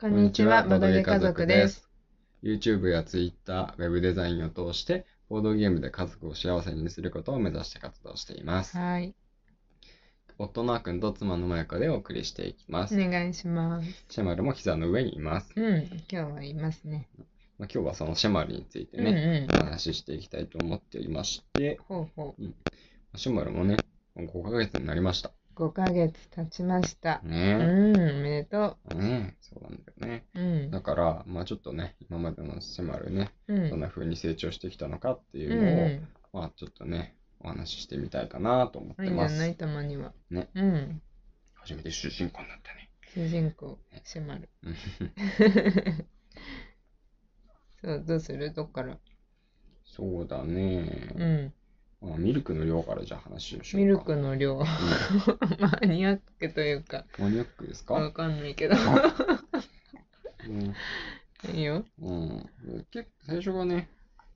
こんにちは、ボドゲ家族です。。 YouTube や Twitter、Web デザインを通して、ボードゲームで家族を幸せにすることを目指して活動しています。はい、夫のあくんと妻のまやかでお送りしていきまおす。願いします。シェマルも膝の上にいます。うん、今日はいますね。まあ、今日はそのシェマルについてうんね、うお話ししていきたいと思っていまして、ん。ほうほシェマルもね、5ヶ月になりました。う。5ヶ月経ちました。うん、ねおめでとえ。ねえそうなんだよね。う。うんだ。から、まあちょっとね、今までのシェマルね、うん。どんな風に成長してきたのかっていううのを、んまあちょっとね、お話ししてみたいかなと思っうん。いていんじゃまなすい。たまには。ね。うん。初めて主人公になったね。主人公、シェマル。そう、どうするどっからそうだうね、ん。まあ。ミルクの量からじゃあ話をしよミうルか。クの量。マニアックというか、うんマニアックですわか、かんないけど。うんいいよ。うん、結構最初はね、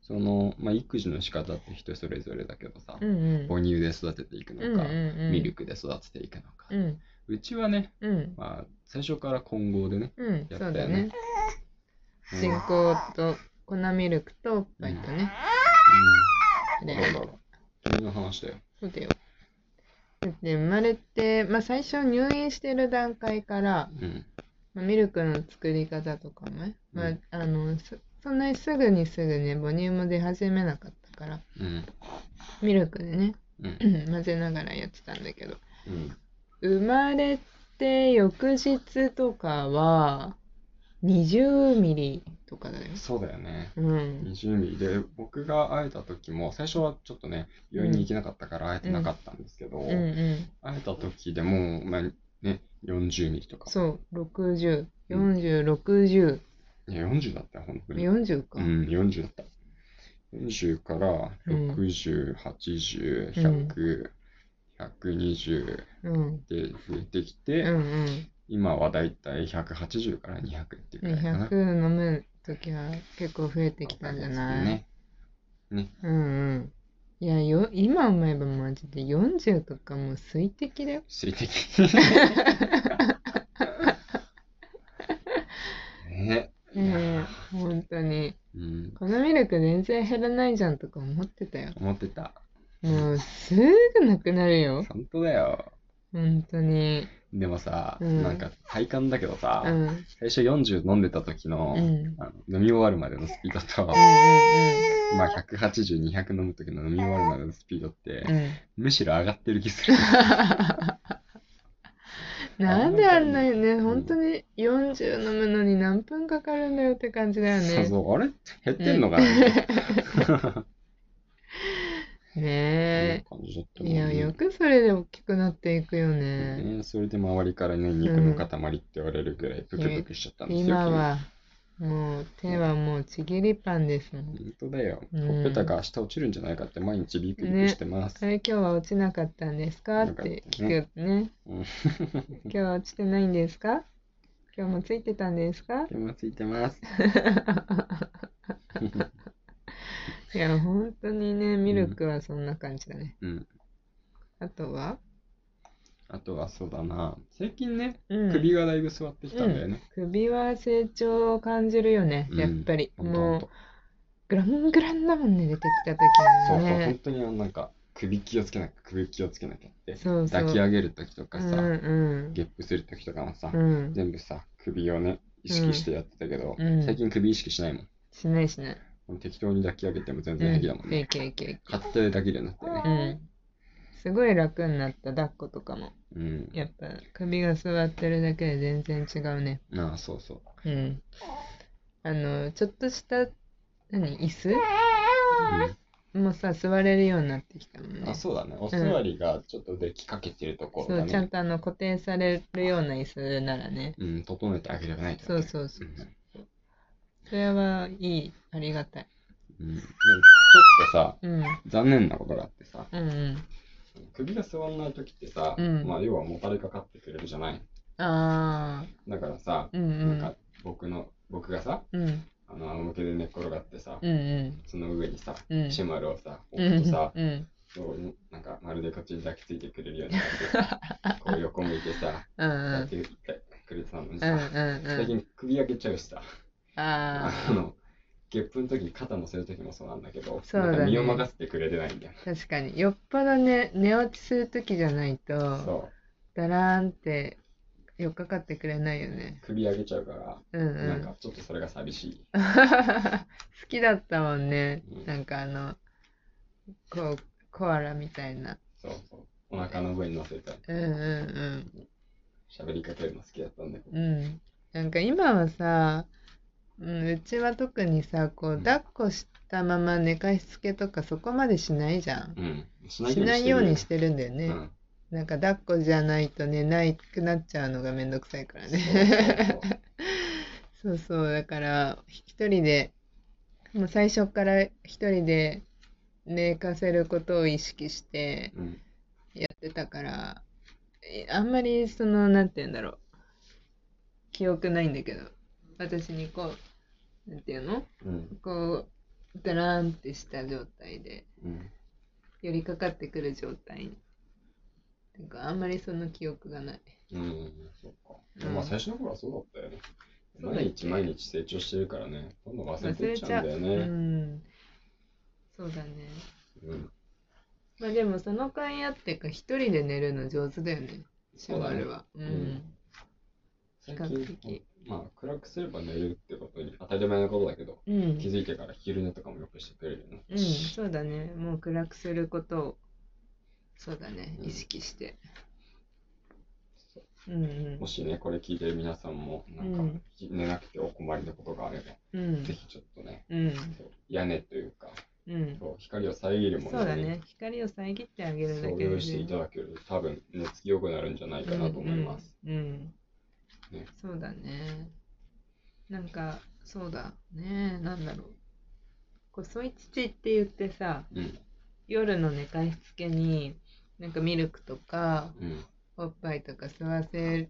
その、まあ、育児の仕方って人それぞれだけどさ、うんうん。母乳で育てていくうんのうか、んうん。ミルクで育てていくのか。う。うんちはね、うん。まあ、最初から混合でね、うん、やそったうよだねね。うん人工と粉ミルクとおっぱいとね。うん、でなんだろう。君の話だよ。そうだよ。だって生まれて、まあ、最初入院してる段階から、うん。まあ、ミルクの作り方とかもね、まあうんあのそ、そんなにすぐにすぐね、母乳も出始めなかったから、うん。ミルクでね、 うん。混ぜながらやってたんだけど、うん。生まれて翌日とかは、20ミリとかだよ。そうだよね。うん。 20ミリで、僕が会えた時も、最初はちょっとね、病院に行けなかったから会えてなかったんですけど、うんうん。会えた時でもう、まあね、40ミリとか。そう、60、う40、60、いや、40だったよ、本当に。 40かう。ん、40だった。40からうん60、80、うん100、120うん。で増えてきうて、んうん。今はだいたい180から200っていうくらいかな。 200飲むときは結構増えてきたんじゃない、ね。うんうん。いやよ、今思えばマジで40とかもう水滴だよ。水滴。ねええ本当に。うん、このミルク全然減らないじゃんとか思ってたよ。思ってた。もうすぐなくなるよ。本当だよ。本当に。でもさ、うんなんか体感だけどさ、うん。うん最初40飲んでた時の,、うん。うんうんあの飲み終わるまでのスピードと、まあ180、200飲む時の飲み終わるまでのスピードって、うん。うんむしろ上がってる気する。なんであんなにね、本当に40飲むのに何分かかるんだよって感じだよそうね。そう、あれ減ってんのかな、みたいなね感じだっえ。たもんいや、よくそれで大きくなっていくよね。ね、それで周りからね、肉の塊って言われるぐらいプクプクしちゃったんですよ。今は、もう手はもうちぎりパンですもん。君。本当だよ。ほうんっぺたが明日落ちるんじゃないかって毎日ビクビクしてます。あれ今日は落ちなかったんですかって聞くね。うん 今日は落ちてないんですか今日もついてたんですか手もついてます。いや、本当にね、ミルクはそんな感じだね。うん。あとはあとはそうだな。最近ね、うん首がだいぶ座ってきたんだよね。首は成長を感じるよね、うんやっぱり。ほんとほもんうと。、グラングランだもんね、出てきた時そうにそう、本ね。当にあのなんか、首気をつけなきゃ、首気をつけなきゃって。そうそう抱き上げるときとかうさ、んゲップするときとかもさ、うん。うん。全部さ、首をね、意識してやってたけど、うん最近首意識しないもん。しないしない。もう適当に抱き上げても全うん。然平気だもん平ね。気平気平気片手で抱けるようになってねう。ん。すごい楽になった、抱っことかも。うん。やっぱ首が座ってるだけで全然違うね。ああ、そうそう。うん。あの、ちょっとした、何、椅子もさ、座れるようになってきたもんうんね。あ、そうだね。お座りがちょっとできかけてるとこそろがう、ちゃんね。とあの固定されるような椅子ならね。うん、整えてあげればないとそね。うそうそう。うんそれはいい、ありがたい。うんでもちょっとさ、うん、残念なことがあってさ、うん、う首が座んないときってさ、うんまあ、要はもたれかかってくれるじゃない。ん。ああ、だからさ、うんうなんん。か僕の、僕がさ、うん、うんあの、仰向けで寝っ転がってさ、うん、その上にさ、うんシェマルをさ、う置んくとさ、うん、そうなんかまる でこっちに抱きついてくれるようになって、こう横向いてさ、う抱いん、てくれてなのにうんうさ、最んうん。近首上げちゃうしさ、あああ、の、ゲップの時肩乗せる時もそうなんだけど、そうだねなんか身を任せてくれてないんだよ。確かに。酔っ払ね、寝落ちするときじゃないと、そだらーんって、よっかかってくれないよねう。。首上げちゃうから、うんうなんん。かちょっとそれが寂しい。 好きだったもんねう。んなんかあの、こう、コアラみたいな。そうそう。お腹の上に乗せたり、うんうん喋りかけるの好きだったんだけうん。ど。うん。なんか今はさ、うん、うちは特にさ、こうう、ん抱っこしたまま寝かしつけとかそこまでしないじゃん。うん。ししないようにしててるんだよね。るうんなんか抱っこじゃないと寝ないくなっちゃうのがめんどくさいからそうそうね。そうそうそう、だから一人で、もう最初から一人で寝かせることを意識してうんやってたから、えあんまりその、なんて言うんだろう。記憶ないんだけど、私にこう、なんて言うのうんこう、だらーんってした状態で。うん寄りかかってくる状態なんかあんまりその記憶がないうんそっか。でうんもまあ最初の頃はそうだったよね。そうだっ毎け日毎日成長してるからね、どんどん忘れてっちゃうんだようね。んそうだねうん、まあでもその甲斐あってか一人で寝るの上手だよねシャそうワだねル。はう,、ん最比較近的、まあ暗くすれば寝るってことに当たり前のことだけど、んうん、気づいてから昼寝とかもよくしてくれるよね。うん、そうだねもう暗くすることをそうだねうん意識してうんうんもしね、これ聞いてる皆さんも、なんか、うん寝なくてお困りのことがあれば、うんぜひちょっとね、うんそう屋根というか、うんそう光を遮るもそうのだに、ね光を遮ってあげるだそうけで用ね意していただけると、多分寝つき良くなるんじゃないかなと思います。うんうんうんねそうだねなんかそうだねなんだろうこうソイチチって言ってさうん、夜の寝かしつけになんかミルクとかうん、おっぱいとか吸わせ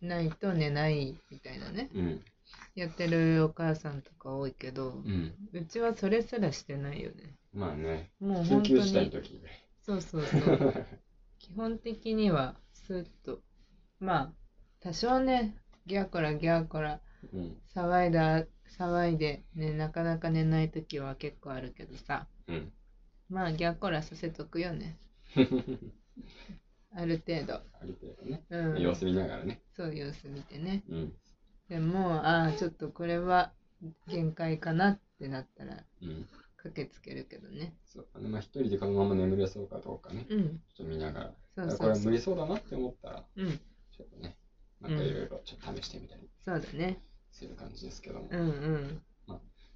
ないと寝ないみたいなねうん、やってるお母さんとか多いけどうん。うちはそれすらしてないよねまあね、もう緊本当急事態にの時そうそうそう基本的にはスーッとまあ多少ねギャーコラギャーコラ うん、騒いだ騒いで、ね、なかなか寝ない時は結構あるけどさうん。まあギャーコラさせとくよねある程度ある程度ね、うん様子見ながらね。そう様子見てねうん、でもああちょっとこれは限界かなってなったらうん。駆けつけるけどねそうだね、まあ一人でこのまま眠れそうかどうかね、うんちょっと見ながら。そうこそれうそ無う理そうだなって思ったら、うんちょっとね、なんかいろいろちょっと試してみたりそうだねする感じですけども、うんうん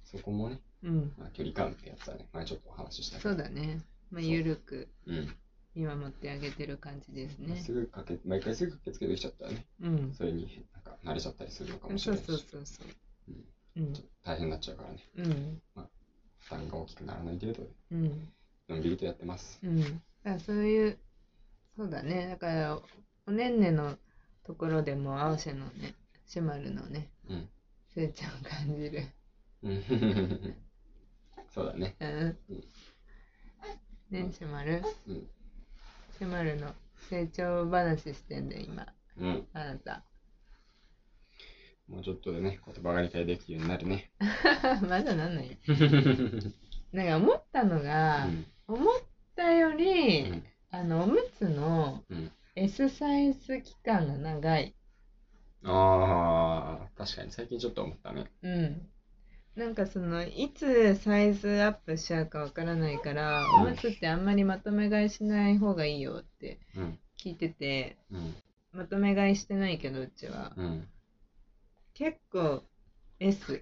そこもね、うんまあ、距離感ってやつはね、前ちょっとお話ししたけそど、うだねまあゆるくうん見守ってあげてる感じですねすぐかけ、毎回すぐ駆けつけてきちゃったらね、うんそれになんか慣れちゃったりするのかもしそれうないし、そうそうそううんうんちょっと大変になっちゃうからね、うん負担が大きくならない程度で、うんのんびりとやってます。うん、だからそういう、そうだね、だから、おねんねのところでも、アオシェのね、シュマルのね、うん。成長を感じる。うん そうだね。うん。ね、シュマル、うん。シュマルの成長話してんで、今、うん。あなた。 もうちょっとでね、言葉が理解できるようになるね。まだなんないよ。うん。なんか思ったのが、思ったより、うんあの、おむつのうん。 S サイズ期間が長い。ああ、確かに最近ちょっと思ったね。うん。なんかそのいつサイズアップしちゃうかわからないからおむつってあんまりまとめ買いしない方がいいよってうん。聞いててうん。まとめ買いしてないけどうちはうん。結構 S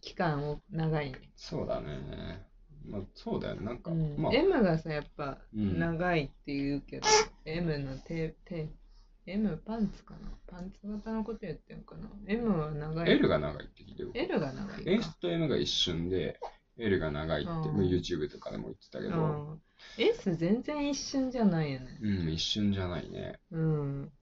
期間を長いね、そうだね。まあ、そうだよね。なんか、うんまあ、 M がさやっぱうん長いって言うけど、M の手手 M パンツかなパンツ型のこと言ってんかな M は長い L が長いって聞いてる。 L が長い演か出と M が一瞬で、L が長いって、あー YouTube とかでも言ってたけうど、ん S 全然一瞬じゃないよねうん、一瞬じゃないね。うん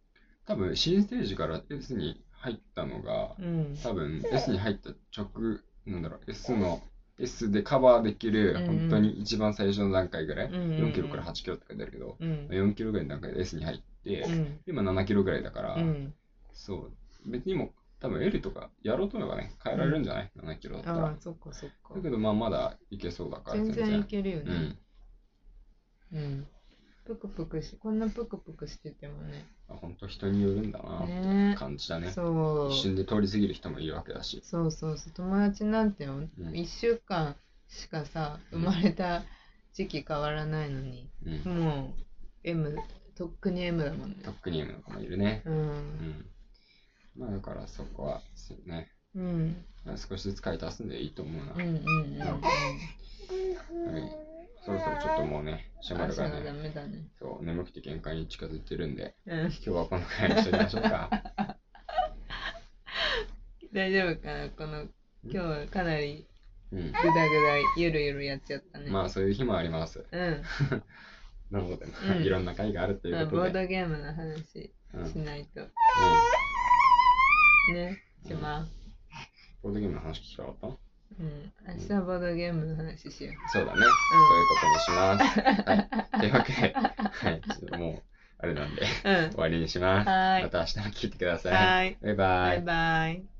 多分、新ステージから S に入ったのがう、ん多分、S に入った直、なんだろう、S の、S でカバーできうる、んうん本当に一番最初の段階ぐらい、うんうんうん4キロから8キロって書いてあるけど、うん4キロぐらいの段階で S に入って、うん今7キロぐらいだから、うんそう、別にもう多分 L とかやろうと思えばね、変えられるんじゃない、?7 キロだったあらあ、。そっかそっかだ。けど、まあ、まだいけそうだから、全然いけるようね。ん。うん。ぷくぷくし、こんなぷくぷくしててもね。あ本当人によるんだなってね感じだね。そう一。瞬で通り過ぎる人もいるわけだし。そうそうそう。友達なんてん1週間しかさ、生まれた時期変わらないのに、うん。もう M、とっくに M だもんね。トックニームの子もいるね。う。うんん。まあ、だからそこは、そうね、うん。まあ少しずつ買い足すんでいいと思うな。うんうんうんうん。はい。そろそろちょっともうね、シャマル朝ががダね、メだね。そう、眠くて限界に近づいてるんで、うん。今日はこのくらいにしておきましょうか。 大丈夫かなこの、今日はかなりうん。ぐだぐだゆるゆるやっちゃったね。まあ、そういう日もあります。 うん。なので、まあうんいろんな会があるといまあうこボとーで。ドゲームの話しうんうんないと。ね、しまう。ボードゲームの話聞きたかったうん。明日ボードゲームの話しよそうだね。そういうことにし ます。はい。というわけで、はい。ちょっともう、あれなんで、う。うん。Uh, 終わりにします。はーいまた明日も聞いてくださはい。ーい。バイバイバイ。バイ。